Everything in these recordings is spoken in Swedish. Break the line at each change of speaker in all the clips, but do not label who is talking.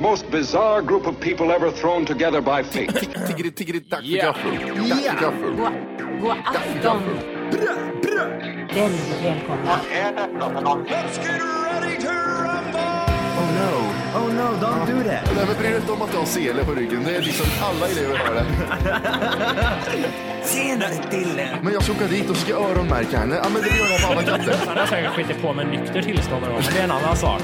most bizarre group of people ever thrown together by fate.
Tiggeri, tiggeri, dack för
Yeah.
gaffel. Dack för gaffel.
God, god afton. Väldigt välkomna.
Oh no, oh no, don't do that.
Nej, men bry dig inte om att du har sele på ryggen. Det är liksom alla elever har det.
Tjenare Dille!
Men jag ska åka dit och ska öronmärka henne. Ja, men det gör jag på alla katter.
Han har säkert skitit på med nykter tillstånd någon gång, men det är en annan sak.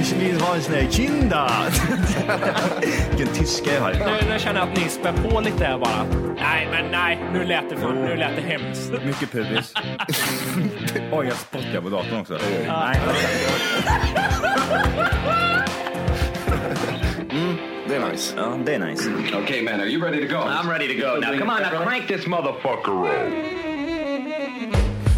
Ich vill ha en sån här kinda! Vilken tyska jag har.
Nu, nu känner jag att ni spär på lite här bara. Nej, men nej. Nu lät det, för, nu lät det hemskt.
Mycket pubis. Oj, jag spottar på datorn också. Nej,
Mm, Det är nice.
ja, det är nice.
okay, man, are you ready to go?
I'm ready to go. Now, come on, now crank this motherfucker roll.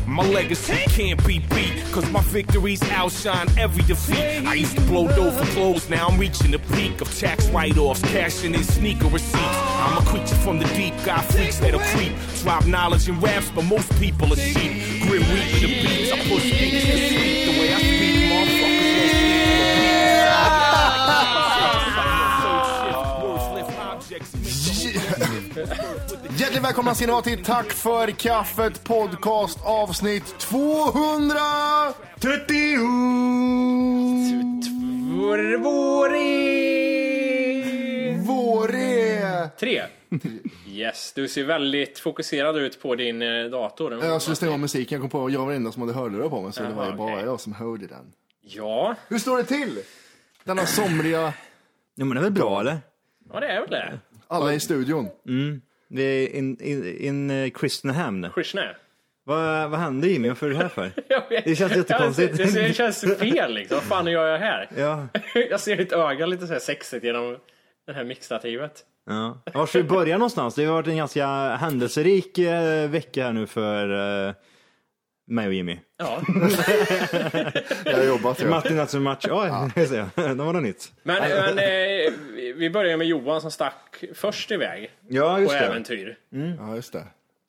My legacy can't be beat, cause my victories outshine every defeat. I used to blow dough for clothes, now I'm reaching the peak of tax write offs, cashing in sneaker receipts. I'm a creature from the deep, got freaks that'll creep. Drop knowledge in raps, but most people are sheep. Grim reaper the beats, I push beats to sleep. The way I speak, motherfuckers won't sleep for beats.
Hjärtligt välkomna ska ni vara till Tack för kaffet podcast avsnitt 200! 30! Våre!
Tre. Yes, du ser väldigt fokuserad ut på din eh, dator.
Jag skulle stänga av alltså, musiken, jag kom på att jag var den enda som hade hörlurar på mig så det var ju
Jaha,
bara
okej.
jag som hörde den.
Ja,
Hur står det till? Denna somriga,
Jo, men det är väl bra eller?
ja det är väl det.
alla i studion.
Det är in, in, in eh, Christenham.
Krishna.
Vad, vad hände Jimmy? Varför är du här för?
Jag vet-
Det känns jättekonstigt.
Ja, Det, det känns fel liksom. Vad fan gör jag här?
Ja,
Jag ser ditt öga lite så här sexigt genom det här mixtativet.
ja. Var ska vi börja någonstans? Det har varit en ganska händelserik eh, vecka här nu för eh, mig och Jimmy.
Ja.
Jag har jobbat. Jag.
Martin alltså match. Ja, det ser jag. det var något nytt.
Men, men eh, vi börjar med Johan som stack först iväg
Ja,
på
just det.
äventyr.
Ja, just det.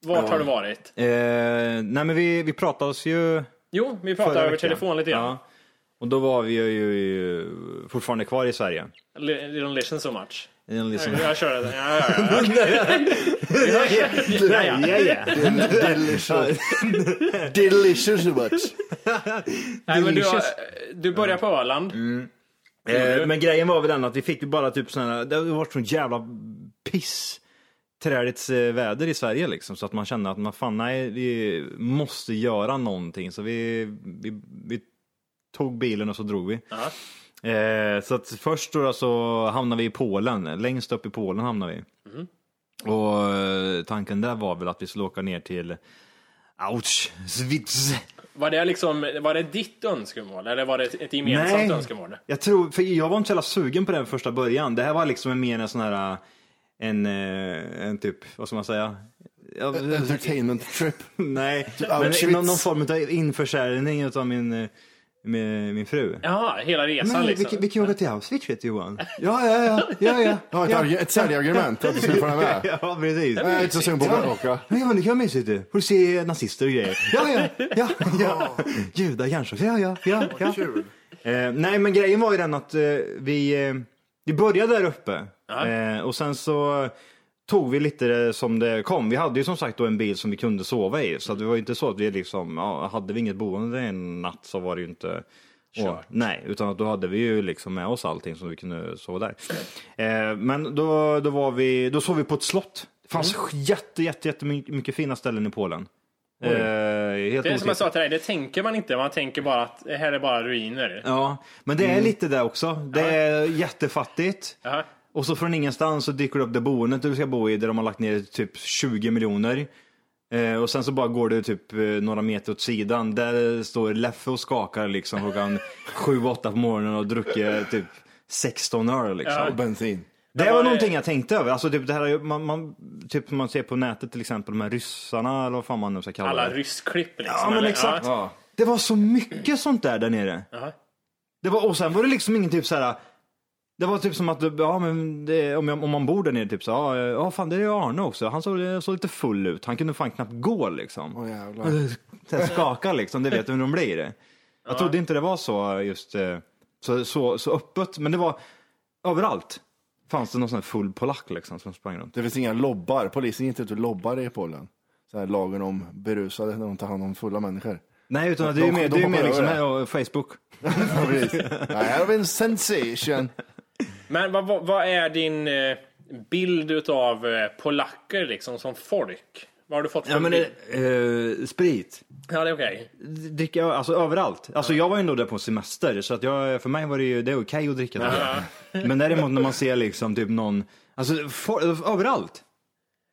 Vart har du varit?
Eh, nej, men vi, vi pratades ju
Jo, vi
Förra
pratade över
veckan.
telefon lite grann.
Ja. Och då var vi ju eh, fortfarande kvar i Sverige.
Li- You don't listen so much.
Det är Liksom...
Jag kör det. Ja, ja, ja.
Ja, ja, ja.
Delicious. Delicious much.
Nej, men du, har,
Delicious.
du börjar på Öland.
Eh, Men grejen var väl den att vi fick ju bara typ sådana, det har ju varit sån jävla piss trädets eh, väder i Sverige liksom så att man kände att man fan nej vi måste göra någonting så vi, vi, vi tog bilen och så drog vi. Eh, så att först då så hamnade vi i Polen, längst upp i Polen hamnade vi. Och eh, tanken där var väl att vi skulle åka ner till Auschwitz.
Var det, liksom, var det ditt önskemål eller var det ett- ett gemensamt önskemål?
Jag tror, för jag var inte så jävla sugen på den första början. Det här var liksom en mer en sån här, en, eh, en typ, vad ska man säga? Ja,
Entertainment trip.
nej, men
Auschwitz.
någon, någon form av införsäljning utav min, eh, min, min fru.
Ja, hela resan
men,
liksom.
vi, kan- vi kan ju åka till Auschwitz vet du, Johan. Ja, ja, ja, ja, ja.
Ja, ett, arg- ett säljargument att du skulle få den med.
Ja, precis.
Jag är inte så sugen på att åka.
Men Johan, det kan vara mysigt du. Får du se nazister och grejer. Ja, ja, ja, ja. Judar, hjärnsvans. Ja, ja, ja, ja.
Kul.
Eh, nej, men grejen var ju den att eh, vi, eh, vi började där uppe eh, och sen så tog vi lite det som det kom. Vi hade ju som sagt då en bil som vi kunde sova i, så att det var ju inte så att vi liksom, ja, hade vi inget boende en natt så var det ju inte och, nej, utan att då hade vi ju liksom med oss allting som vi kunde sova där. Eh, men då, då, var vi, då sov vi på ett slott. Det fanns jätte, jätte, jättemycket fina ställen i Polen. Eh, helt
Det är som jag
otippat.
sa till dig, det tänker man inte. Man tänker bara att det här är bara ruiner.
Ja, men det är
Mm.
lite där också. Det är jättefattigt.
Jaha.
Och så från ingenstans så dyker det upp det boendet du ska bo i där de har lagt ner typ 20 miljoner. Eh, och sen så bara går du typ eh, några meter åt sidan. Där står Leffe och skakar liksom klockan 7-8 på morgonen och dricker typ 16 öl liksom.
Och bensin.
Det var
var det-
någonting jag tänkte över. Alltså typ det här är ju- man, man, typ man ser på nätet till exempel de här ryssarna eller vad fan man nu ska kalla
Alla
det.
ryssklipp liksom.
Ja men
eller?
exakt.
Ja.
Det var så mycket sånt där där nere.
Jaha.
Det var, och sen var det liksom ingen typ så här. Det var typ som att, ja, men det, om, jag, om man bor där nere, typ så ja, eh, ja fan det är ju Arne också. Han såg, såg lite full ut. Han kunde fan knappt gå liksom.
Åh jävlar.
Så här skaka liksom, det vet du hur de blir. Jag trodde inte det var så just eh, Så, så, så öppet, men det var överallt. Fanns det någon sån här full polack liksom som sprang runt.
Det finns inga lobbar. Polisen gick inte ut och lobbade i Polen. Så här lagen om berusade när de tar hand om fulla människor.
Nej, utan
De-
det är ju
de- de
mer, det är ju
hoppar
mer liksom
över det.
här, och Facebook.
Ja, precis. Det här har vi en sensation.
Men vad, vad, vad är din eh, bild utav eh, polacker liksom som folk? Vad har du fått för
Ja, men,
bild?
eh, sprit.
Ja, det är okej.
dricka alltså överallt. Alltså jag var ju ändå där på semester så att jag, för mig var det ju det är okej att dricka där. Men däremot när man ser liksom typ någon, alltså for, överallt.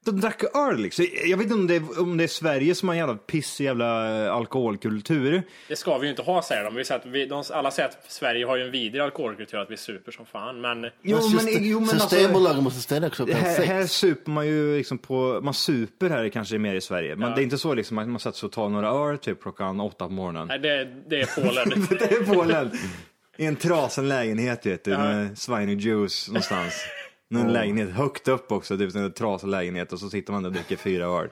De drack öl liksom. Jag vet inte om det, är, om det är Sverige som har en jävla piss jävla eh, alkoholkultur.
Det ska vi ju inte ha säger de. Vi säger att vi, de alla säger att Sverige har ju en vidrig alkoholkultur, att vi super som fan. Men
Jo
alltså- Systembolaget måste ställa också klockan
här, här
sex.
super man ju liksom på, man super här kanske mer i Sverige. Men det är inte så liksom att man sätter sig och tar några öl typ klockan åtta på morgonen.
nej, det, det är Polen.
Det är Polen. I en trasen lägenhet vet du, med svinig juice någonstans. Någon lägenhet högt upp också, typ en trasig lägenhet och så sitter man där och dricker fyra öl.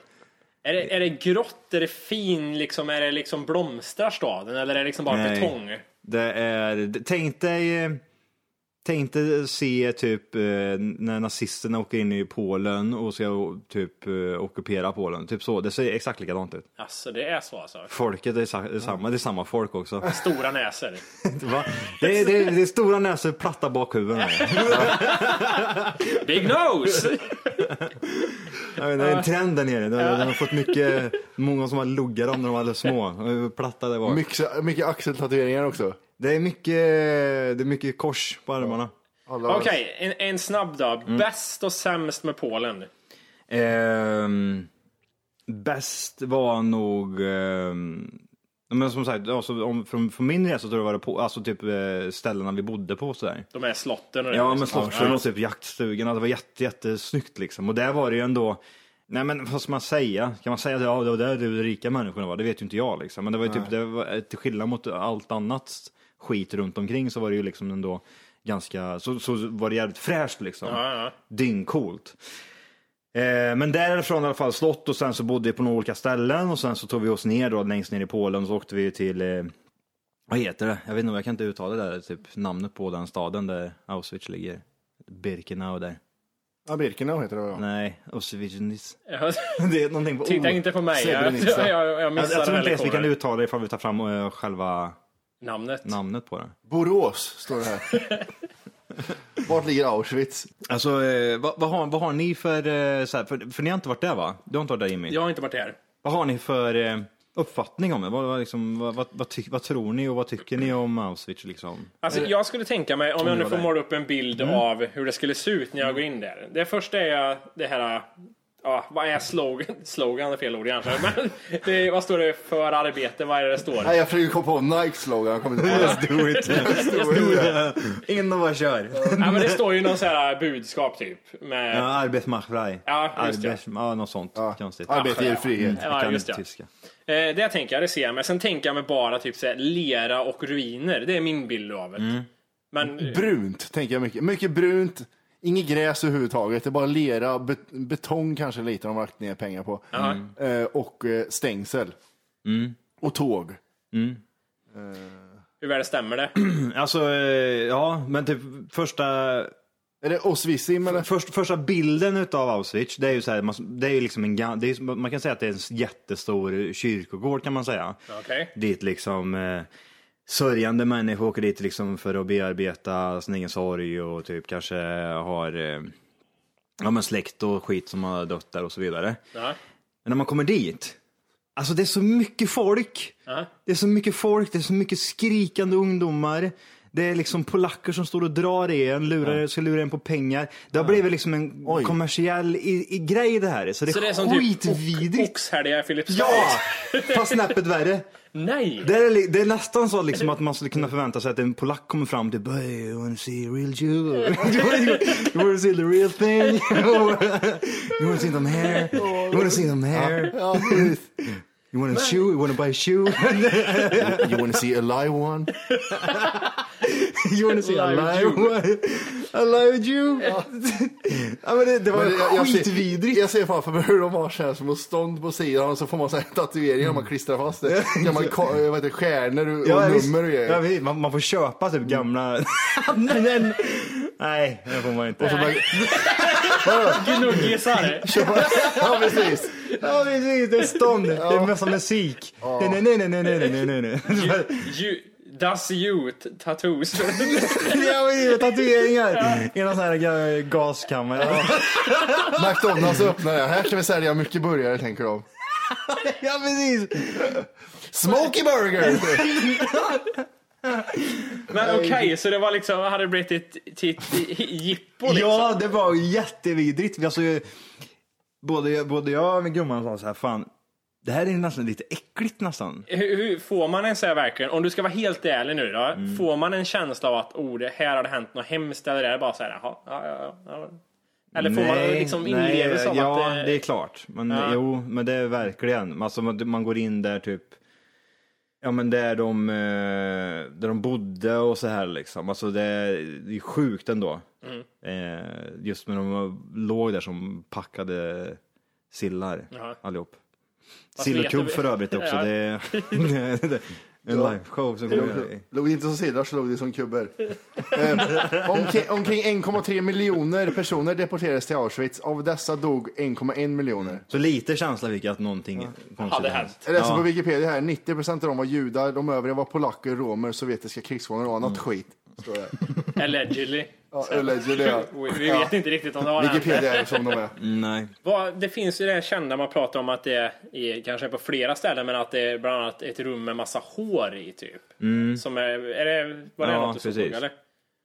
är, det, är det grått? Är det fin? Liksom, är det liksom blomstrar staden? Eller är det liksom bara
Nej.
betong?
Det är, tänk dig, eh, tänk dig se typ eh, när nazisterna åker in i Polen och ska o- typ eh, ockupera Polen. Typ så, det ser exakt likadant ut.
Alltså det är så alltså.
Folket är, sa, är samma, det är samma folk också.
Stora näsor.
Va? Det, är, det, är, det är stora näsor, platta bakhuvuden.
Big nose!
Jag vet, det är en trend där nere. De, de har fått mycket, många som har luggat dem när de var alldeles små. Eh, Platta där bak.
Mycket, mycket axeltatueringar också.
Det är mycket, det är mycket kors på armarna.
Alla-
Okej, en, en snabb då.
Mm.
Bäst och sämst med Polen?
Ehm, bäst var nog, ehm, men som sagt, alltså, om, från, från min resa tror jag var det på, alltså typ eh, ställena vi bodde på och sådär.
De här slotten och det.
Ja men slottsfrun och typ jaktstugorna, det var jätte, jättesnyggt liksom. Och där var det ju ändå, nej men vad ska man säga? Kan man säga att ja, det var där de rika människorna var? Det vet ju inte jag liksom. Men det var ju typ, det var, till skillnad mot allt annat skit runt omkring så var det ju liksom ändå ganska, så, så var det jävligt fräscht liksom.
Ja, ja.
Dyngcoolt. Eh, Men därifrån i alla fall slott och sen så bodde vi på några olika ställen och sen så tog vi oss ner då längst ner i Polen och så åkte vi ju till, eh, vad heter det? Jag vet inte, jag kan inte uttala det där typ namnet på den staden där Auschwitz ligger. Birkenau där.
Ja, Birkenau heter det va?
Nej, Auschwitz.
Ja.
Det är någonting på O.
Titta inte på mig. Jag,
Srebrenica.
jag, jag, jag
Jag,
missade
jag tror inte
väldigt
ens vi kan
kort.
uttala det ifall vi tar fram eh, själva
namnet.
namnet på det.
Borås står det här. Vart ligger Auschwitz?
Alltså, eh, vad, vad, har, vad har ni för, eh, så här, för, för ni har inte varit där va? Du har inte varit där Jimmy?
Jag har inte varit här.
Vad har ni för eh, uppfattning om det? Vad, vad, liksom, vad, vad, vad, ty- vad tror ni och vad tycker ni om Auschwitz? Liksom?
Alltså, jag skulle tänka mig, om jag
det
nu får
var där. Mm.
måla upp en bild av hur det skulle se ut när jag går in där. Det första är det här, ja, vad är slogan? Slogan är fel ord kanske, men det, är- vad står det för arbete? Vad är det det står?
Nej, jag försöker komma på Nikes slogan. Jag kommer inte på den.
Do it! In och bara kör!
Ja, men det står ju någon så här budskap typ. Med,
Ja, Arbetsmach frei.
Ja, just det.
Arbets- ja, något sånt konstigt.
Arbete ger frihet.
Jag
ja,
kan
just
inte
det.
tyska.
Eh, det tänker jag, det ser jag. Men sen tänker jag mig bara typ så här, lera och ruiner. Det är min bild av det.
Mm.
Men
Brunt tänker jag mycket. Mycket brunt. Inget gräs överhuvudtaget. Det är bara lera, bet- betong kanske lite de har lagt ner pengar på.
Mm.
Eh, och eh, stängsel. Och tåg.
hur väl stämmer det?
Alltså, eh, ja, men typ första
Är det Osvissim eller?
Först, första bilden utav Auschwitz, det är ju så här, man, det är ju liksom en, ga- det är, som- man kan säga att det är en jättestor kyrkogård kan man säga.
Okej.
Dit liksom eh, sörjande människor åker dit liksom för att bearbeta sin egen sorg och typ kanske har eh, ja, men släkt och skit som har dött där och så vidare.
Ja.
Men när man kommer dit, alltså det är så mycket folk. Det är så mycket folk, det är så mycket skrikande ungdomar. Det är liksom polacker som står och drar i en, lurar, ska lura en på pengar. Det har blivit liksom en
Oj.
kommersiell i, i grej det här. Så det är,
Så det är som typ
skitvidrigt.
oxhelga i Filipstad.
ja! Fast snäppet värre.
Nej!
Det är, li- det är nästan så liksom att man skulle kunna förvänta sig att en polack kommer fram till Hey, you wanna see a real Jew? you wanna see the real thing? you wanna see them here? You wanna see them here?
Ja, precis.
You wanna shoe? You wanna buy a shoe?
you wanna see a live one?
you wanna see a
Live
live one? allowed you. Ja. men det, det var
Men jag, jag, ser,
skitvidrigt.
jag ser framför mig hur de har så här små stånd på sidan och så får man så här tatueringar man klistrar fast det. Gamla ka- eh, vad heter, det, stjärnor och, och
visst.
nummer och
Mm. ja,
grejer.
visst. man, man får köpa typ gamla namnen. Nej, det får man inte.
Och så bara,
Gnuggisar.
ja precis.
Ja, precis. Det är stånd. Det är massa musik. Nej, nej, nej, nej, nej, nej, nej, nej.
You, does you t- tattoos.
Ja, men det är Tatueringar. I någon sån här ga- gaskammare.
McDonalds öppnar det. Här ska vi sälja mycket burgare tänker de.
Ja, precis.
Smoky burger!
Men okej, så det var liksom, hade det blivit ett ett- ett jippo liksom?
Ja, det var jättevidrigt. Alltså, både, både jag och gumman sa så här, fan, det här är nästan lite äckligt nästan.
Hur, hur får man en så här verkligen, om du ska vara helt ärlig nu då,
Mm.
får man en känsla av att oh, det här har det hänt något hemskt eller är det bara så här, jaha, ja, ja, ja. Eller får man liksom inlevelse av
ja,
att... eh,
det är klart. Men
Ja.
jo, men det är verkligen. Alltså, man, man går in där typ, ja men där de, eh, där de bodde och så här liksom. Alltså det är, det är sjukt ändå.
Mm.
Eh, just när de låg där som packade sillar
Jaha.
allihop.
vet
Sillekubb
du-
för övrigt också.
Ja.
Det är det är en liveshow som kommer.
Låg inte som sillar så låg det som kubber. Eh, omkring, omkring 1,3 miljoner personer deporterades till Auschwitz. Av dessa dog 1,1 miljoner.
Så lite känsla fick jag att någonting konstigt
Hade hänt.
Jag läser på Wikipedia här, 90% av dem var judar, de övriga var polacker, romer, sovjetiska krigsfångar och annat
Mm.
skit. Står det.
Allegedly.
Ja, allegedly, ja.
Vi, vi
Ja.
vet inte riktigt om det har hänt.
Wikipedia är som de är.
Nej.
Vad- Det finns ju det här kända man pratar om att det är kanske på flera ställen men att det är bland annat ett rum med massa hår i typ. Som är, är det, var det
Mm. Ja,
något du såg
precis.
eller?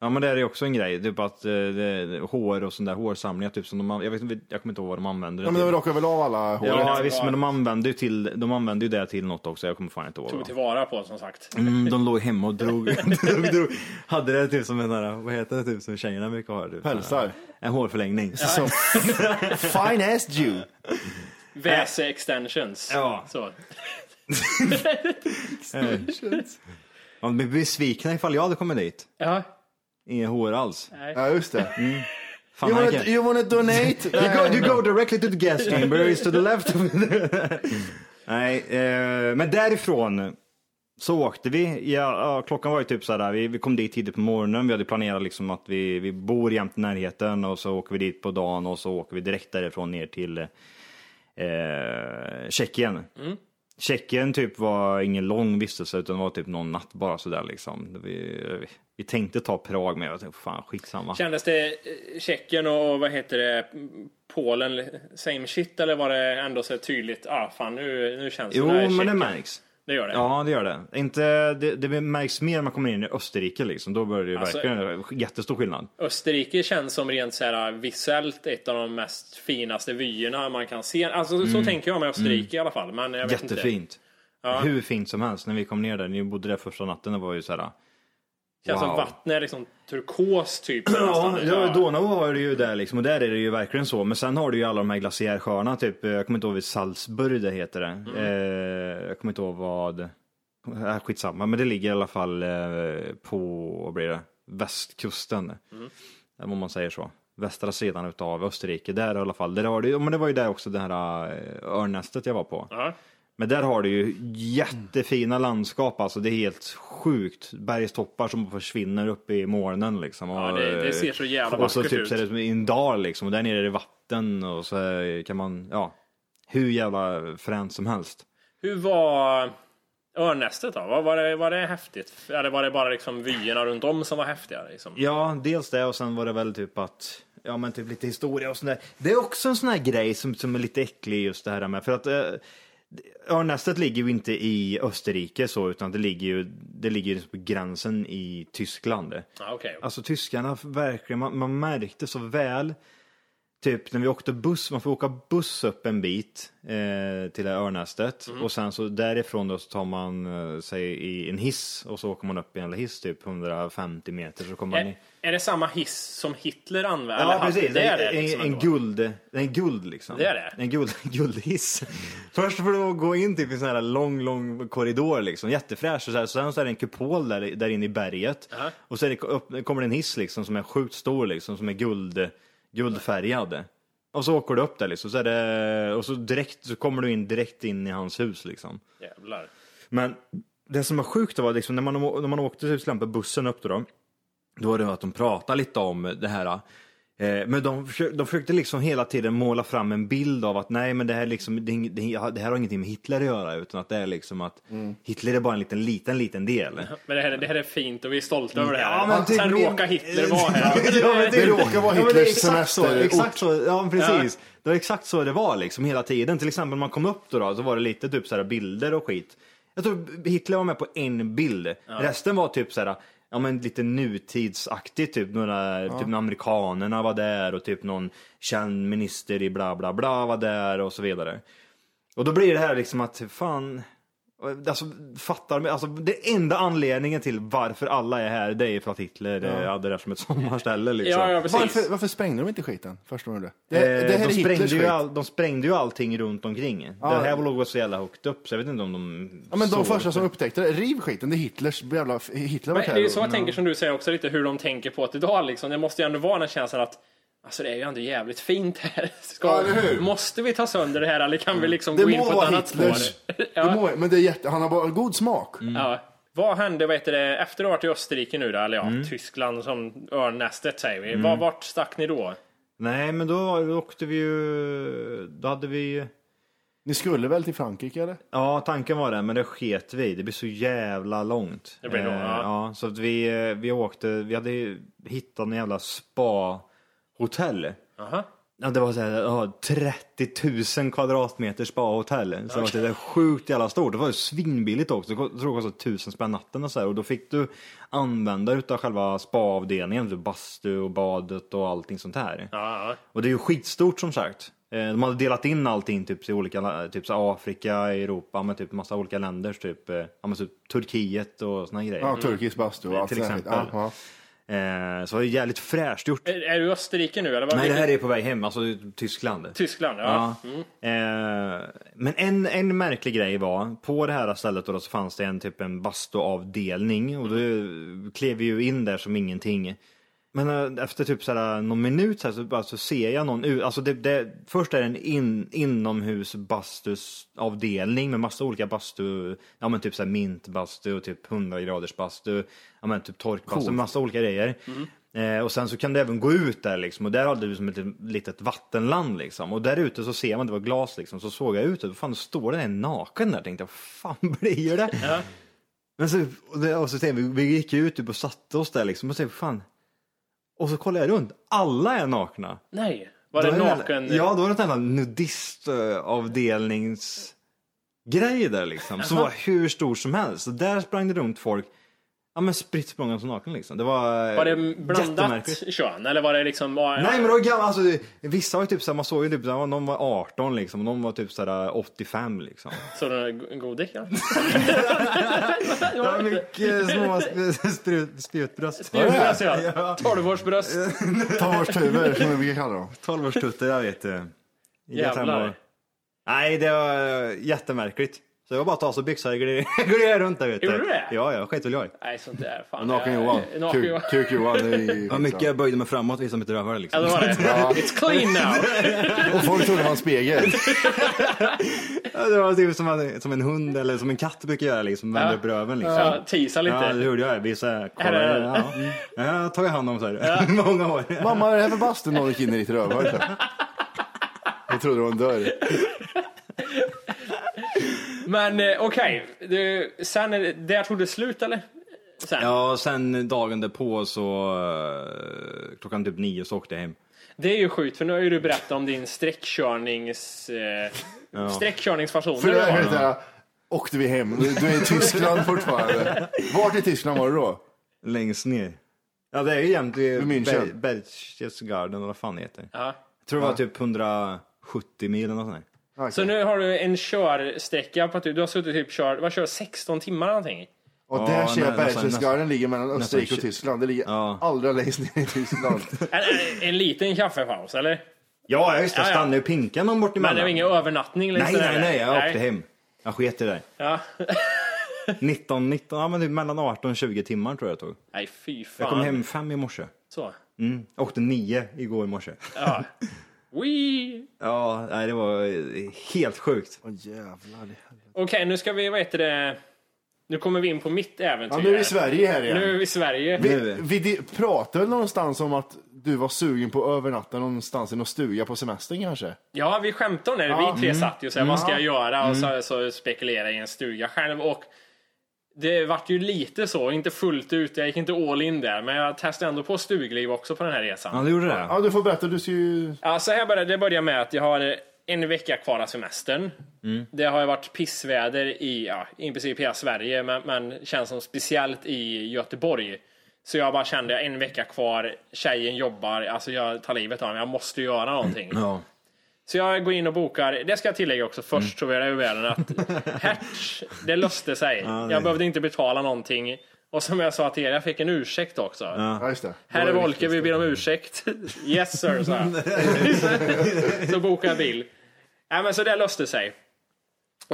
Ja men det är ju också en grej, typ att eh, det, det- hår och sån där hårsamlingar typ som de, an- jag, vet, inte- jag kommer inte ihåg vad de använder det
Ja, men de
till.
rakar väl av alla hår.
Ja
Ja,
visst
ja.
men de använder ju till, de använder ju det till något också, jag kommer fan inte ihåg.
Tog
vad.
tillvara på som sagt.
Mm, de låg hemma och drog, drog, drog, hade det typ som en sån här, vad heter det typ som tjejerna brukar ha? Typ,
Pälsar.
En hårförlängning.
Som, fine as Jew.
Väse extensions.
Ja.
Så.
Ja, de blir besvikna ifall jag hade kommit dit.
Ja.
Inget hår alls.
Ja, just det.
Fan,
You wanna,
Henke.
Mm. you wanna donate?
You go, you go directly to the gas chamber, it's to the left. Nej, eh, men därifrån så åkte vi. Ja, ja, klockan var ju typ så här, vi, vi kom dit tidigt på morgonen. Vi hade planerat liksom att vi, vi bor jämt i närheten och så åker vi dit på dagen och så åker vi direkt därifrån ner till eh, Tjeckien.
Mm.
Tjeckien typ var ingen lång vistelse utan det var typ någon natt bara sådär liksom. Vi, vi, vi tänkte ta Prag men jag tänkte fan skitsamma.
Kändes det eh, Tjeckien och vad heter det Polen same shit eller var det ändå så tydligt? Ah fan nu, nu känns
Jo
det där i
men det
Tjeckien.
märks.
Det gör det.
Ja, det gör det. Inte, det. Det märks mer när man kommer in i Österrike. Liksom. Då börjar det ju
Alltså-
verkligen jättestor skillnad.
Österrike känns som rent så här äh, visuellt ett av de mest finaste vyerna man kan se. Alltså så tänker jag med Österrike i alla fall. Men jag vet inte.
Mm. Jättefint. Hur fint som helst. När vi kom ner där, ni bodde där första natten, det var ju så här...
Känns som
Wow.
vattnet är liksom turkos typ.
Ja,
nästan.
ja, Donau har det ju där liksom och där är det ju verkligen så. Men sen har du ju alla de här glaciärsjöarna, typ, eh, jag kommer inte ihåg vid Salzburg det heter det.
Mm.
Eh, jag kommer inte ihåg vad, äh, skitsamma, men det ligger i alla fall eh, på, vad blir det, västkusten. Eller om man säger så. Västra sidan utav Österrike, där i alla fall. Där har du, men det var ju där också det här eh, örnnästet jag var på.
Ja.
Men där har du ju jättefina landskap, alltså det är helt sjukt. Bergstoppar som försvinner upp i molnen liksom.
Ja, det- det ser så jävla
Och så
vackert
typ
ut.
så är det som i en dal liksom, och där nere är det vatten och så eh, kan man, ja, hur jävla fränt som helst.
Hur var Örnästet då? Var, var, det, var det häftigt? Eller var det bara liksom vyerna runt om som var häftiga? Liksom?
Ja, dels det och sen var det väl typ att Ja men typ lite historia och sånt där. Det är också en sån här grej som, som är lite äcklig just det här med för att eh, Örnästet ligger ju inte i Österrike så utan det ligger ju det ligger ju liksom på gränsen i Tyskland.
Ja, Ah, okej.
Alltså tyskarna verkligen, man, man märkte så väl typ när vi åkte buss, man får åka buss upp en bit eh, till det här örnästet och sen så därifrån då så tar man eh, sig i en hiss och så åker man upp i en hiss typ 150 meter så kommer man i.
Är, är det samma hiss som Hitler använde? eller
Ja,
hade?
precis.
Det liksom är det.
en,
som är
en,
då.
guld, en guld liksom.
Det är det.
En guld, guldhiss. Först får du gå in typ i en sån här lång, lång korridor liksom. Jättefräsch. Och så här. Sen så är det en kupol där, där inne i berget. Och så är det, upp, kommer det en hiss liksom som är sjukt stor liksom, som är guld, guldfärgad. Och så åker du upp där liksom. Så är det, och så direkt så kommer du in direkt in i hans hus liksom.
Jävlar.
Men det som var sjukt var liksom när man, när man åkte till exempel bussen upp då, då, då var det att de pratade lite om det här. eh, Men de, försö- de försökte liksom hela tiden måla fram en bild av att nej men det här, liksom, det, är ing- det, det här har ingenting med Hitler att göra utan att det är liksom att Hitler är bara en liten, liten, liten del.
Men det här, det här är fint och vi är stolta över det här.
Ja, men typ
Sen
min-
råkar Hitler vara här.
Ja, men
Det råkar vara
Ja, men det är
Hitlers
exakt så,
semesterort.
Exakt så, ja men precis. Det var exakt så det var liksom hela tiden. Till exempel när man kom upp då, då så var det lite typ så här bilder och skit. Jag tror Hitler var med på en bild. Resten var typ så här, ja men lite nutidsaktigt typ. Några, typ när amerikanerna var där och typ någon känd minister i bla bla bla var där och så vidare. Och då blir det här liksom att fan, alltså fattar alltså det enda anledningen till varför alla är här det är för att Hitler eh, hade det här som ett sommarställe liksom.
Ja, ja, precis.
Eh, Varför, varför sprängde de inte skiten först de gjorde? Det, det här
Eh,
är
de, sprängde
Hitlers skit.
ju all, de sprängde ju allting runt omkring. Det här låg så jävla högt upp så jag vet inte om de...
Ja, men de
såg
första
det.
som upptäckte det, riv skiten, det är Hitlers jävla... Hitler var
Men det är ju så
terror.
jag tänker som du säger också lite hur de tänker på det idag liksom. Det måste ju ändå vara den känslan att Alltså det är ju ändå jävligt fint här. Ska,
Ja, eller hur?
måste vi ta sönder det här eller kan vi
Mm.
liksom
Det
gå in
må
på ett
vara
annat spår? Mm.
Hitlers. Det må, men det är jätte, han har bara god smak.
Mm.
Ja. Vad hände vad heter det, efter du varit i Österrike nu då, eller ja,
Mm.
Tyskland som örnnästet säger vi. Var, vart stack ni då?
Nej men då, var- då åkte vi ju... Då hade vi ju...
Ni skulle väl till Frankrike eller?
Ja tanken var det men det sket vi i. Det blir så jävla långt. Eh,
Det blir långt, ja.
ja. Så att vi, eh, vi åkte, vi hade ju hittat en jävla spa-hotell.
Aha.
Ja, det var så här, ja, 30 000 kvadratmeter spa-hotell. Så det var så där sjukt jävla stort. Det var ju svinbilligt också. Jag tror det kostade tusen spänn natten och så här. Och då fick du använda utav själva spa-avdelningen. Du bastu och badet och allting sånt här.
Ja, ja.
Och det är ju skitstort som sagt. Eh, De hade delat in allting typ i olika, la- typ så här Afrika, Europa, men typ massa olika länders. Typ, eh, ja, men typ Turkiet och såna här grejer.
Ja, turkisk bastu och allt
Till
sånt här skit.
exempel.
Ja,
Eh, Så det var ju jävligt fräscht gjort.
Är, är du i Österrike nu eller? Var
Nej, det här är på väg hem, alltså Tyskland.
Tyskland, ja.
Ja. Eh, men en, en märklig grej var, på det här stället då, så fanns det en typ en bastuavdelning och då klev vi ju in där som ingenting. Men eh, efter typ så här, någon minut så, här, så, bara, så ser jag någon ut, alltså det, det, först är det en in, inomhus bastusavdelning med massa olika bastu, ja men typ så här mintbastu och typ 100 graders bastu, ja men typ torkbastu, massa olika grejer. Eh, och sen så kan du även gå ut där liksom och där hade du som ett litet- litet vattenland liksom. Och där ute så ser man, det var glas liksom, så såg jag ut och fan då står den här naken där tänkte jag, fan blir det? Men så, och, det, och så tänkte vi, vi gick ju ut typ och satte oss där liksom och tänkte fan. Och så kollade jag runt, alla är nakna.
Nej, var det
Då är
naken?
Ja, då var det en sån här nudistavdelningsgrej där liksom. Som var hur stor som helst. Så där sprang det runt folk. Ja men spritt språngande som naken liksom. Det var,
Var det blandat
jättemärkligt.
kön? Eller var det liksom...
Nej men det var gamla, alltså, vissa var ju typ såhär, man såg ju typ såhär, någon var 18 liksom och någon var typ såhär 85 liksom.
Så det är godis, ja.
Det var mycket små sp- sprut, spjutbröst.
Julbröst, ja. Tolvårsbröst.
ja. Tonårstuvor som vi brukar kalla dem.
12-årstuttar, jag vet. eh, i det
Jävlar.
tempo. Nej, det var eh, jättemärkligt. Så jag bara tar så byxor och gled- gled runt där vet
Gjorde du det?
Ja, ja, skit väl jag i.
Nej, sånt där. Fan.
Naken
jag-
Johan.
Naken Johan.
Kuk- Kuk-Johan. det är ju
Vad mycket jag böjde mig framåt, visade mitt rövhål
Ja,
liksom.
det var det. It's clean now.
Och folk trodde det var en spegel.
Ja, det var typ som en, som en hund eller som en katt brukar göra liksom, vänder
Ja.
upp röven liksom.
Ja, tisa lite.
Ja, det gjorde jag. Vissa kollade.
Är det-
Ja, mm. ja, jag tar jag hand om så här. Många år.
Mamma, vad är det här för bastu? Någon gick in i ditt rövhål. så. Jag trodde det var en dörr.
Men eh, okej, du, sen är det, där tog det slut eller? Sen.
Ja, och sen dagen därpå så eh, klockan typ nio så åkte jag hem.
Det är ju sjukt för nu har ju du berättat om din sträckkörnings... Eh, Sträckkörningsfason.
För det
eller
är
vad?
helt där, åkte vi hem. Du är i Tyskland fortfarande. Vart i Tyskland var du då?
Längst ner. Ja, det är ju jämnt i
Vid München.
Berchtesgaden eller vad fan det heter.
Ja.
tror det var typ 170 mil eller något sånt där.
Okej.
Så nu har du en körsträcka på att du, du har suttit typ kör, vad kör 16 timmar någonting?
Och där
Ja,
ser jag
nä- nästan-
Berchtesgaden ligger mellan Österrike och
nästan-
Tyskland. Det ligger
Ja.
allra längst ner i Tyskland.
En, en liten kaffepaus eller?
Ja, ja, just det. Jag
Ja, ja.
stannade ju pinkan om bort
Men det var
emellan.
ingen övernattning
Nej,
liksom?
nej,
eller?
nej. Jag åkte hem. Jag sket i det.
Ja.
19, 19, ja men typ mellan 18 och 20 timmar tror jag det tog.
nej, fy fan.
Jag kom hem fem i morse.
Så.
Mm. Åkte nio igår i morse.
Ja. Wee.
Ja, nej, det var eh, helt sjukt.
Åh jävlar.
Okej, nu ska vi, vad heter det? Nu kommer vi in på mitt äventyr.
Ja, nu är vi
här.
i Sverige här igen.
Nu är vi i Sverige.
Nu.
Vi di- pratade väl någonstans om att du var sugen på att övernatta någonstans i någon stuga på semestern kanske?
Ja, vi skämtade om det.
Ja. Mm.
Vi tre satt ju och sa, vad ska jag
Ja. Mm.
göra? Och så, så spekulerade jag i en stuga själv. Och det vart ju lite så, inte fullt ut. Jag gick inte all in där. Men jag testade ändå på stugliv också på den här resan.
Ja, du gjorde det?
Ja, du får berätta. Du ska ju...
Ja, så här började, det började med att jag har en vecka kvar av semestern. Det har ju varit pissväder i, ja, i princip hela Sverige, men, men känns som speciellt i Göteborg. Så jag bara kände, en vecka kvar, tjejen jobbar, alltså jag tar livet av mig, jag måste göra någonting.
Ja.
Så jag går in och bokar, det ska jag tillägga också först så vill jag ju världen att Hertz, det löste sig. Jag behövde inte betala någonting. Och som jag sa till er, jag fick en ursäkt också.
Ja, just det.
Här är Volker, vi ber om ursäkt. Yes sir, sa jag. så bokade jag bil. Nej, men så det löste sig.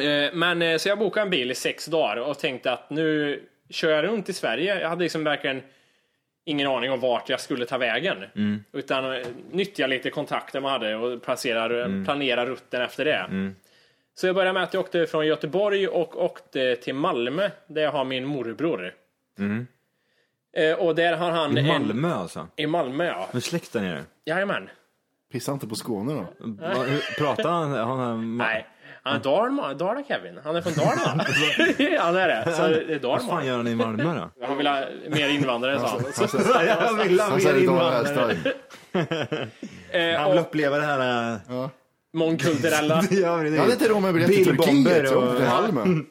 Eh, Men, eh, så jag bokade en bil i sex dagar och tänkte att nu kör jag runt i Sverige. Jag hade liksom verkligen ingen aning om vart jag skulle ta vägen. Utan eh, nyttja lite kontakter man hade och placera, planera rutten efter det. Så jag började med att jag åkte från Göteborg och åkte till Malmö där jag har min morbror. Eh, Och där har han...
I
En,
Malmö alltså?
i Malmö ja.
Med släkten är det?
Jajamän.
Pissa inte på Skåne då.
Va- hur- Pratar han? han, han
Nej. Han är Dalma, Dala Kevin. Han är från Dalarna. ja det är det. Så det är
Vad fan
Dalma.
gör han i Malmö då?
Han vill ha mer invandrare sa han.
jag vill ha
Han
mer
säger idag
invandrare.
hästar.
Han vill uppleva det här... eh,
Mångkulturella.
det gör vi, det.
Jag hade inte råd med biljett till
Bilbomber
Turkiet. så
och-
åkte till Malmö.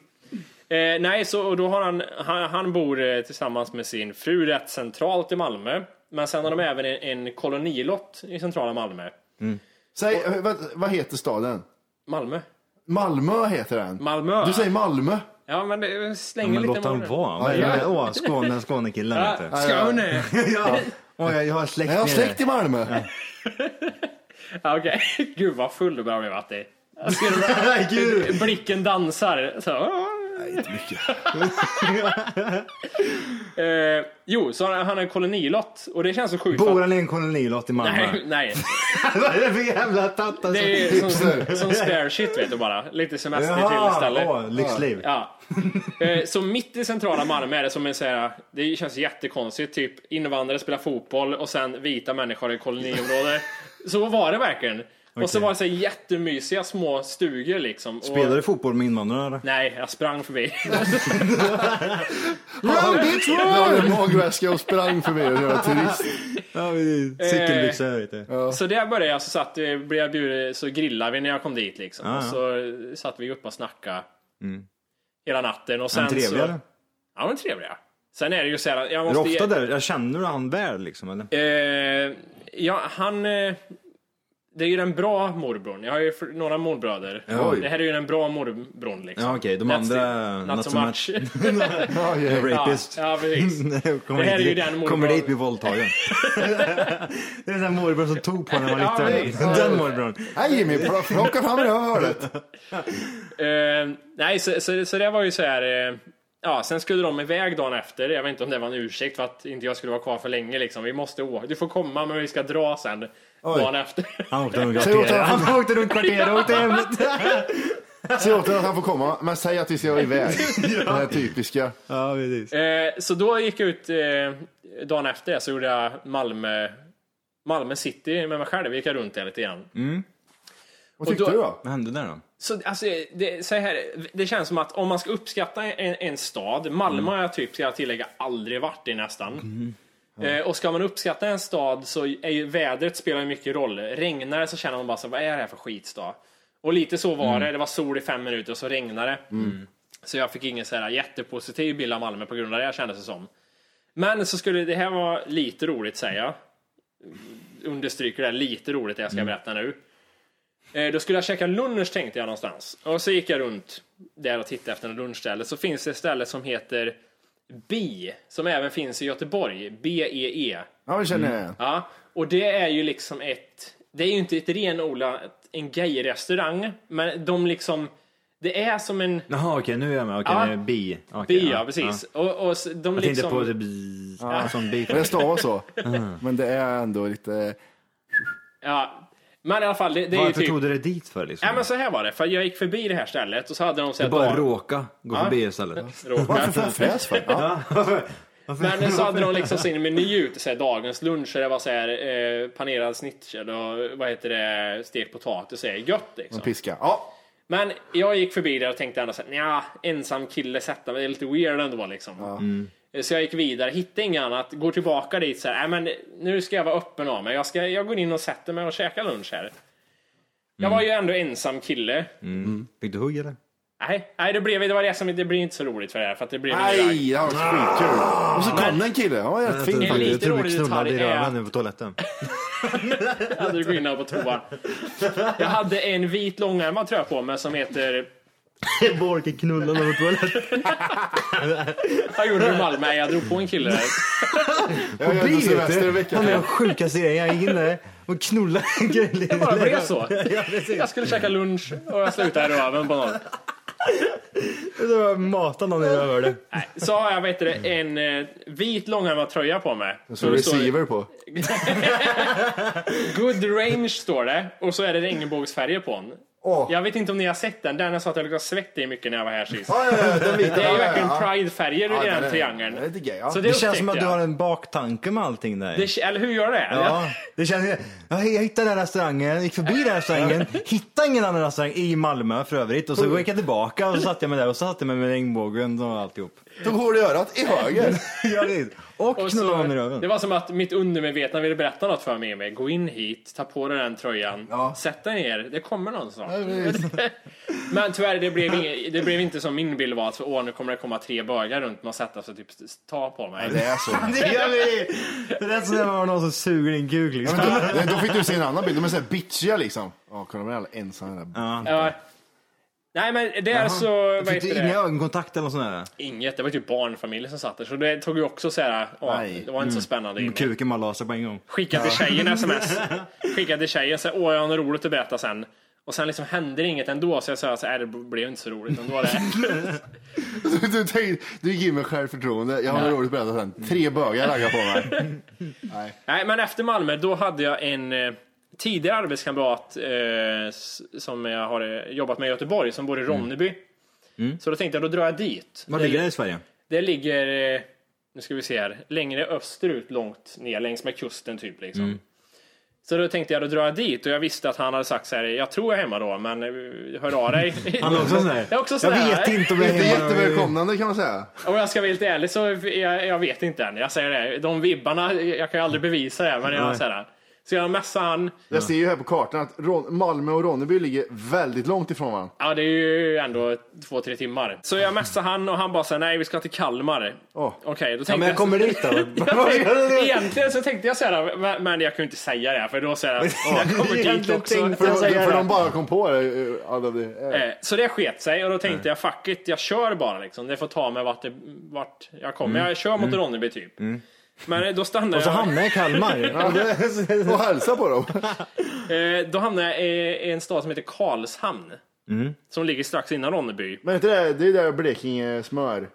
Eh, nej, så, och då har han, han, han bor eh, tillsammans med sin fru rätt centralt i Malmö. Men sen har de även en, en kolonilott i centrala Malmö.
Säg, eh, vad, vad heter staden?
Malmö?
Malmö heter den.
Malmö?
Du säger Malmö.
Ja, men det- släng
Ja, men
lite
låt han
mor-
vara. Men-
Ja, ja.
Åh, Skåne, Skånekillen vet du.
Ja, Skåne!
Åh, jag jag har släkt
Nej, jag har
nere.
släkt i Malmö.
Ja, Okej. Gud vad full du börjar bli Matti. Jag ser
Nej, gud!
hur Blicken dansar. Så, ah. Eh, jo, så han, han har en kolonilott och det känns så sjukt.
Bor han i en kolonilott i Malmö?
Nej, nej.
Vad är det för jävla tattar
Det är
som...
ju som, som spare shit vet du bara. Lite semester till istället.
åh, lyxliv.
Ja. Eh, Så mitt i centrala Malmö är det som en så här, det känns jättekonstigt, typ invandrare spelar fotboll och sen vita människor i koloniområde. Så var det verkligen. Och så
Okej.
var det så här jättemysiga små stugor liksom. Och-
Spelar du fotboll med invandrare? eller?
Nej, jag sprang förbi.
Run bitch run! Jag hade en magväska och sprang förbi och körde turist.
Ja, vi-
Eh,
Cykelbyxor vet du.
Så där började jag, så satt, eh, blev jag bjuden, så grillade vi när jag kom dit liksom.
Ah, Mm.
och så eh, satt vi uppe och snackade hela natten. Och sen
Han trevlig
så,
eller?
Ja, men trevliga. Sen är det ju så här, jag
Är du
måste...
ofta
ge-
där? Jag känner du han väl liksom eller?
Eh, ja, han... Eh, det är ju den bra morbrorn. Jag har ju fr- några morbröder.
Oj.
Det här är ju den bra morbrorn liksom.
Ja, okej, de
That's
andra-
it.
not
Not
so
so much.
Ja, ja.
ja,
Rapist.
ja, precis.
kommer
Det här
dit,
är ju den morbror-
Kommer dit blir våldtagen. det är den där morbror som tog på när man var
Ja,
liten. den morbrorn.
Hej Jimmy, pl- plocka fram det här hörnet.
Eh, nej, så, så, så det var ju så här... Eh, ja, sen skulle de iväg dagen efter. Jag vet inte om det var en ursäkt för att inte jag skulle vara kvar för länge liksom. Vi måste åka. Du får komma men vi ska dra sen. Dagen efter.
Han åkte runt
Säg åt
kvarteret.
honom.
Han åkte runt kvarteret och åkte hem.
Säg åt honom att han får komma, men säg att vi ska iväg. Den här typiska.
Ja, precis.
Eh, så då gick jag ut eh, dagen efter det så gjorde jag Malmö, Malmö city med mig själv. Gick jag runt där lite grann.
Vad tyckte
då-
du då?
Vad hände där då?
Så, alltså, det, så här, det känns som att om man ska uppskatta en, en stad, Malmö har jag typ, ska jag tillägga, aldrig varit i nästan. Eh, och ska man uppskatta en stad så är ju vädret spelar ju mycket roll. Regnar det så känner man bara så vad är det här för skitstad? Och lite så var det, det var sol i fem minuter och så regnade det. Så jag fick ingen så här jättepositiv bild av Malmö på grund av det kändes det som. Men så skulle det här vara lite roligt säger jag. understryker det här lite roligt det jag ska berätta nu. Eh, Då skulle jag käka lunch tänkte jag någonstans. Och så gick jag runt där och tittade efter en lunchställe. Så finns det ett ställe som heter Bi, som även finns i Göteborg. B-E-E.
Ja, det känner jag igen.
Ja, och det är ju liksom ett... Det är ju inte ett renodlat, en gay-restaurang, men de liksom... Det är som en...
Jaha, okej, nu är jag med. Okej,
Ja.
nu är det bi. Okej,
Bi, ja precis. Och, och s- de
Jag tänkte
liksom...
på det bi, som bi.
Det stavas så.
Mm.
Men det är ändå lite...
Ja, men i alla fall, det, det är ju
Varför
typ...
tog du det dit för liksom?
Ja, men så här var det, för jag gick förbi det här stället och så hade de
Du
sett...
bara
"Ah,
råka gå
Ja.
förbi istället.
Varför
råka.
får jag fräs för? Ja.
Men så hade de liksom sin meny ute, så här, dagens lunch, där det var så här, eh, panerad snitchel och vad heter det, stekt potatis, så här, gött liksom.
En piska. Ja.
Men jag gick förbi där och tänkte ändå såhär, nja, ensam kille sätta mig, det är lite weird ändå liksom. Så jag gick vidare, hittade inget annat, går tillbaka dit såhär, nej men nu ska jag vara öppen av mig, jag, ska, jag går in och sätter mig och käkar lunch här. Jag var ju ändå ensam kille.
Fick du hugg eller?
Nej, nej det, blev, det var det som, det blir inte så roligt för det här, för att det blev en ragg.
Nej, det här var skitkul. Och så kom det en kille. Han var rätt fin
En
Jag
faktiskt.
liten
tror vi
rolig
knullade i
detalj är-
röven nu på toaletten.
Jag hade gått in här på toa. Jag hade en vit långärmad tröja på mig som heter,
Borken knullade på toaletten.
jag gjorde det i Malmö, jag drog på en kille där.
Jag gör ändå semester i veckan.
Han är den sjukaste grejen. Jag gick in där och knullade en kille. Det
bara blev så. Jag skulle käka lunch och jag slutade i röven på någon.
Jag matade någon i röven.
Nej, så har jag vet du, det, en eh, vit långärmad tröja på mig.
Så
det står
receiver på.
Good range står det och så är det regnbågsfärger på den.
Åh.
Jag vet inte om ni har sett den, den är så att jag luktade svettig mycket när jag var här sist.
Ja, ja, ja, den vita.
Det är ju
Ja, ja,
verkligen
ja.
pridefärger
Ja,
i den
är-
triangeln.
Det är lite gay, ja.
Så det,
Det känns som att
upptäckte
du
jag.
har en baktanke med allting där.
Det, eller hur gör det?
Ja, det känns ju. Jag jag hittade den här restaurangen, gick förbi den här restaurangen, hittade ingen annan restaurang i Malmö för övrigt och så gick jag tillbaka och så satte jag mig där och så satte jag mig med regnbågen och alltihop.
Tog hål i örat i höger.
Ja, det är- Och
Och
knullade
så,
honom i
det
röven.
var som att mitt undermedvetna ville berätta något för mig. Emil. Gå in hit, ta på dig den tröjan, sätt dig ner, det kommer någon snart. Men tyvärr, det blev, inget, det blev inte som min bild var, att åh, nu kommer det komma tre bögar runt mig och sätta sig och typ ta på mig.
Det är så.
Det gör vi! Det lät som när man var någon som suger din kuk liksom.
Men då, då fick du se en annan bild. De är såhär bitchiga liksom. Ja, kolla de är alla ensamma där.
Ja. Nej men det är så, vad
Fick
heter
du
det?
inga ögonkontakter eller sånt där?
Inget, det var typ barnfamiljer som satt där. Så det tog ju också så här, åh,
Nej.
det var inte så spännande. in.
Kuken bara la sig på en gång.
Skicka till tjejen sms. Skicka till tjejen så här, åh jag har något roligt att berätta sen. Och sen liksom hände det inget ändå så jag sa så här, det blev inte så roligt ändå. Det.
Du, du, tänkte- du ger mig självförtroende. Jag har något roligt att berätta sen. Tre bögar raggar på mig.
Nej men efter Malmö då hade jag en eh, tidigare arbetskamrat eh, s- som jag har eh, jobbat med i Göteborg som bor i Ronneby. Så då tänkte jag då drar jag dit.
Mm. Var ligger den i Sverige?
Det ligger, eh, nu ska vi se här, längre österut långt ner längs med kusten typ liksom.
Mm.
Så då tänkte jag då drar jag dit och jag visste att han hade sagt så här, jag tror jag är hemma då men eh, hör av dig.
Han är också sån där.
Jag är också sån där.
Jag vet inte om jag
Inte
är hemma.
jättevälkomnande kan man säga.
Om jag ska vara lite ärlig så jag, jag vet inte än. Jag säger det, de vibbarna, jag kan ju aldrig bevisa det men jag säger det. Så jag messar han,
Jag ser ju här på kartan att Ron- Malmö och Ronneby ligger väldigt långt ifrån varandra.
ja det är ju ändå två, tre timmar. Så jag messar han och han bara säger nej vi ska till Kalmar.
Åh.
Okej, då tänkte
Ja, men jag kommer dit då.
Jag tänkte, egentligen så tänkte jag säga det, men- men jag kunde inte säga det för då säger jag jag kommer dit
Egentligen
också.
tänkte
För,
jag
de,
säga
för
det.
de bara kom på det. eh, alla det- eh.
Eh, Så det sket sig och då tänkte jag fuck it, jag kör bara liksom. Det får ta mig vart, det, vart jag kommer. Jag kör mot Ronneby typ. Men då stannade
Mm. Och så
jag.
hamnar jag i Kalmar.
Och hälsa på dem.
Eh, Då hamnade jag i- i en stad som heter Karlshamn. Som ligger strax innan Ronneby.
Men inte det, det är där Blekinge smör.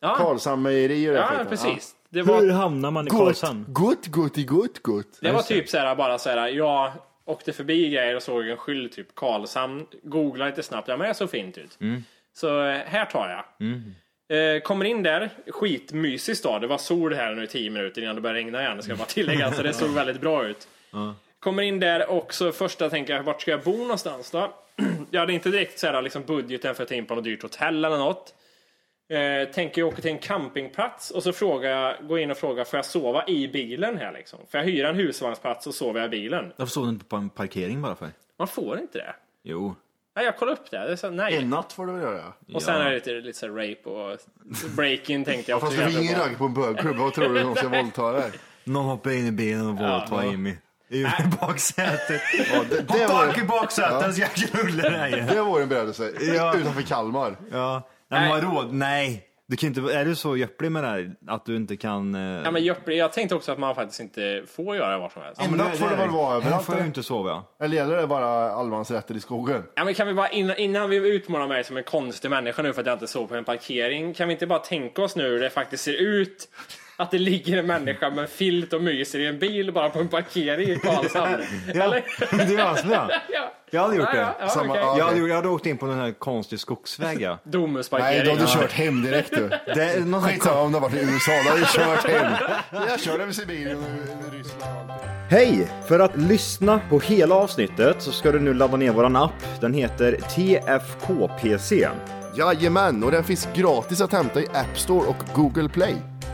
Ja,
Karlshamn mejeri och det
ja
skiten.
precis. Det
Hur
var,
hamnar man i
Gott,
Karlshamn?
gott, gott, i gott, gott.
det var typ så här, bara så här, jag åkte förbi grejer och såg en skylt, typ Karlshamn. Googlade lite snabbt, ja men det såg fint ut. Så eh, här tar jag. Eh, Kommer in där, skitmysig stad. Det var sol här nu i 10 minuter innan det började regna igen, ska jag bara tillägga. Så det såg väldigt bra ut. Kommer in där och så första tänker jag, vart ska jag bo någonstans då? jag hade inte direkt så här, liksom budgeten för att ta in på något dyrt hotell eller något. Eh, tänker jag åka till en campingplats och så frågar jag, går in och frågar, får jag sova i bilen här liksom? Får jag hyra en husvagnsplats och sover jag i bilen?
Varför sov du inte på en parkering bara för?
Man får inte det.
Jo.
Nej, jag kollar upp det. det är så, nej.
En natt får du väl göra.
Och sen är det lite, lite så här rape och break-in tänkte jag
Fast
också.
du
jävla
ringer
bra.
ragg på en bögklubb. Vad tror du någon ska våldta dig?
Någon hoppar in i bilen och våldtar Jimmy. i baksätet.
det,
Ha
det, var,
tak i baksätet så jag knullar dig.
det var en berättelse.
Ja.
Utanför Kalmar.
Ja. Nej, men vadå? Nej. Du kan inte, är du så göpplig med det här att du inte kan... eh,
Ja, men Jöppli- jag tänkte också att man faktiskt inte får göra vad som helst.
men
Inlagt
det-
får det väl vara
Här
överallt,
får jag
eller?
ju inte sova.
Eller gäller det bara allemansrätter i skogen?
Ja, men kan vi bara, innan, innan vi utmålar mig som en konstig människa nu för att jag inte sov på en parkering, kan vi inte bara tänka oss nu hur det faktiskt ser ut att det ligger en människa med filt och myser i en bil bara på en parkering i Karlshamn?
Ja,
Eller?
det är asbra.
Ja.
Jag hade gjort
Ja, ja,
det.
ja,
Samma-
okej.
ja.
Jag hade, jag hade åkt in på den här konstiga skogsvägen.
Nej,
Domusparkering.
då har du kört hem direkt du.
Det är någon sån här
Skitsamma om det har varit i USA, då har du kört hem. Jag kör över Sibirien och Ryssland.
Hej! För att lyssna på hela avsnittet så ska du nu ladda ner våran app. Den heter TFKPC.
Jajamän, och den finns gratis att hämta i App Store och Google Play.